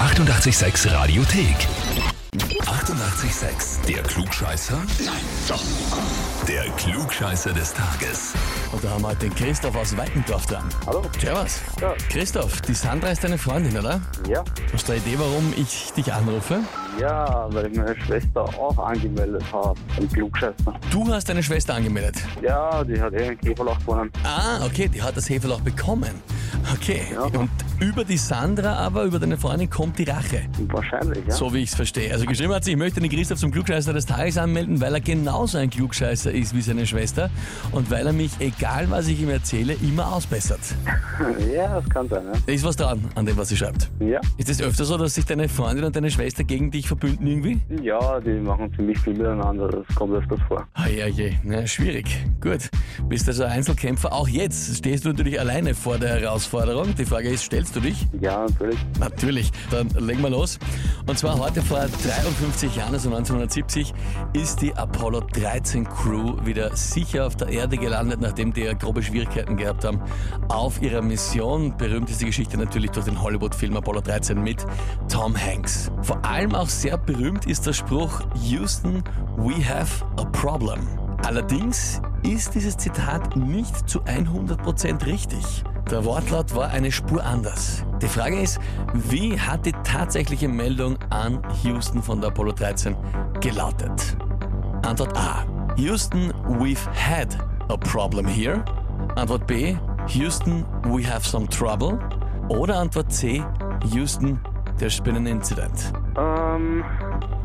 886 Radiothek. 88,6. Der Klugscheißer? Nein, doch. Der Klugscheißer des Tages. Und da haben wir den Christoph aus Weitendorf dran. Hallo? Servus. Ja. Christoph, die Sandra ist deine Freundin, oder? Ja, Hast du eine Idee, warum ich dich anrufe? ja, weil ich meine Schwester auch angemeldet habe. Ein Klugscheißer. Du hast deine Schwester angemeldet. Ja, die hat eh einen Käferlauch gewonnen. Ah, okay, die hat das Heferl auch bekommen. Okay, Ja. und über die Sandra aber, über deine Freundin, kommt die Rache. Wahrscheinlich, ja. So wie ich es verstehe. Also geschrieben hat sie, ich möchte den Christoph zum Klugscheißer des Tages anmelden, weil er genauso ein Klugscheißer ist wie seine Schwester und weil er mich, egal was ich ihm erzähle, immer ausbessert. Ja, das kann sein, Da ist was dran an dem, was sie schreibt. ja. Ja, Ist es öfter so, dass sich deine Freundin und deine Schwester gegen dich verbünden irgendwie? ja die machen ziemlich viel miteinander. Das kommt öfters vor. Ah ja, je, na schwierig. Gut, bist also Einzelkämpfer. Auch jetzt stehst du natürlich alleine vor der Herausforderung. Die Frage ist, stellst du dich? Ja, natürlich. Natürlich, dann legen wir los. Und zwar heute vor 53 Jahren, also 1970, ist die Apollo 13 Crew wieder sicher auf der Erde gelandet, nachdem die ja grobe Schwierigkeiten gehabt haben auf ihrer Mission. Berühmt ist die Geschichte natürlich durch den Hollywood-Film Apollo 13 mit Tom Hanks. Vor allem auch sehr berühmt ist der Spruch Houston, we have a problem. Allerdings ist dieses Zitat nicht zu 100% richtig. Der Wortlaut war eine Spur anders. Die Frage ist, wie hat die tatsächliche Meldung an Houston von der Apollo 13 gelautet? Antwort A. Houston, we've had a problem here. Antwort B. Houston, we have some trouble. Oder Antwort C. Houston, there's been an incident. Ähm,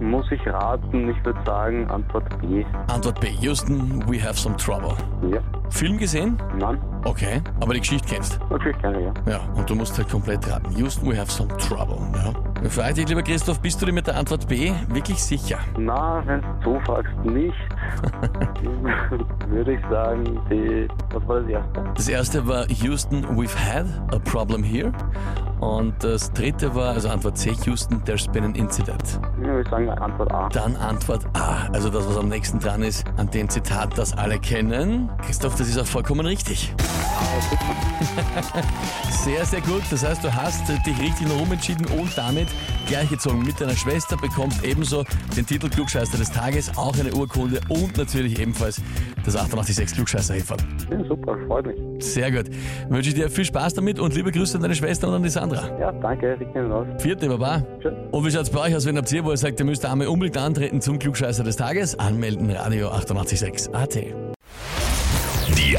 muss ich raten, ich würde sagen, Antwort B. Antwort B. Houston, we have some trouble. Ja. Film gesehen? Nein, Okay, aber die Geschichte kennst. natürlich keine, ja. Ja, und du musst halt komplett raten. Houston, we have some trouble. Ja. Dann frage ich dich, lieber Christoph, bist du dir mit der Antwort B wirklich sicher? Na, wenn du so fragst, nicht, würde ich sagen, die, was war das erste? Das erste war Houston, we've had a problem here. Und das dritte war, also Antwort C, Houston, there's been an incident. Ich würde sagen, Antwort A. Dann Antwort A, also das, was am nächsten dran ist, an dem Zitat, das alle kennen. Christoph, das ist auch vollkommen richtig. Sehr, sehr gut. Das heißt, du hast dich richtig nach oben entschieden und damit gleichgezogen mit deiner Schwester, bekommst ebenso den Titel Klugscheißer des Tages, auch eine Urkunde und natürlich ebenfalls das 886 klugscheißer -Häferl. Ja, super, freut mich. Sehr gut. Wünsche ich dir viel Spaß damit und liebe Grüße an deine Schwester und an die Sandra. Ja, danke, ich kenne aus. Vierte Baba. Tschüss. Und wie schaut's bei euch aus, wenn habt ihr, wo ihr sagt, ihr müsst einmal unbedingt antreten zum Klugscheißer des Tages? Anmelden, Radio 886 AT. Die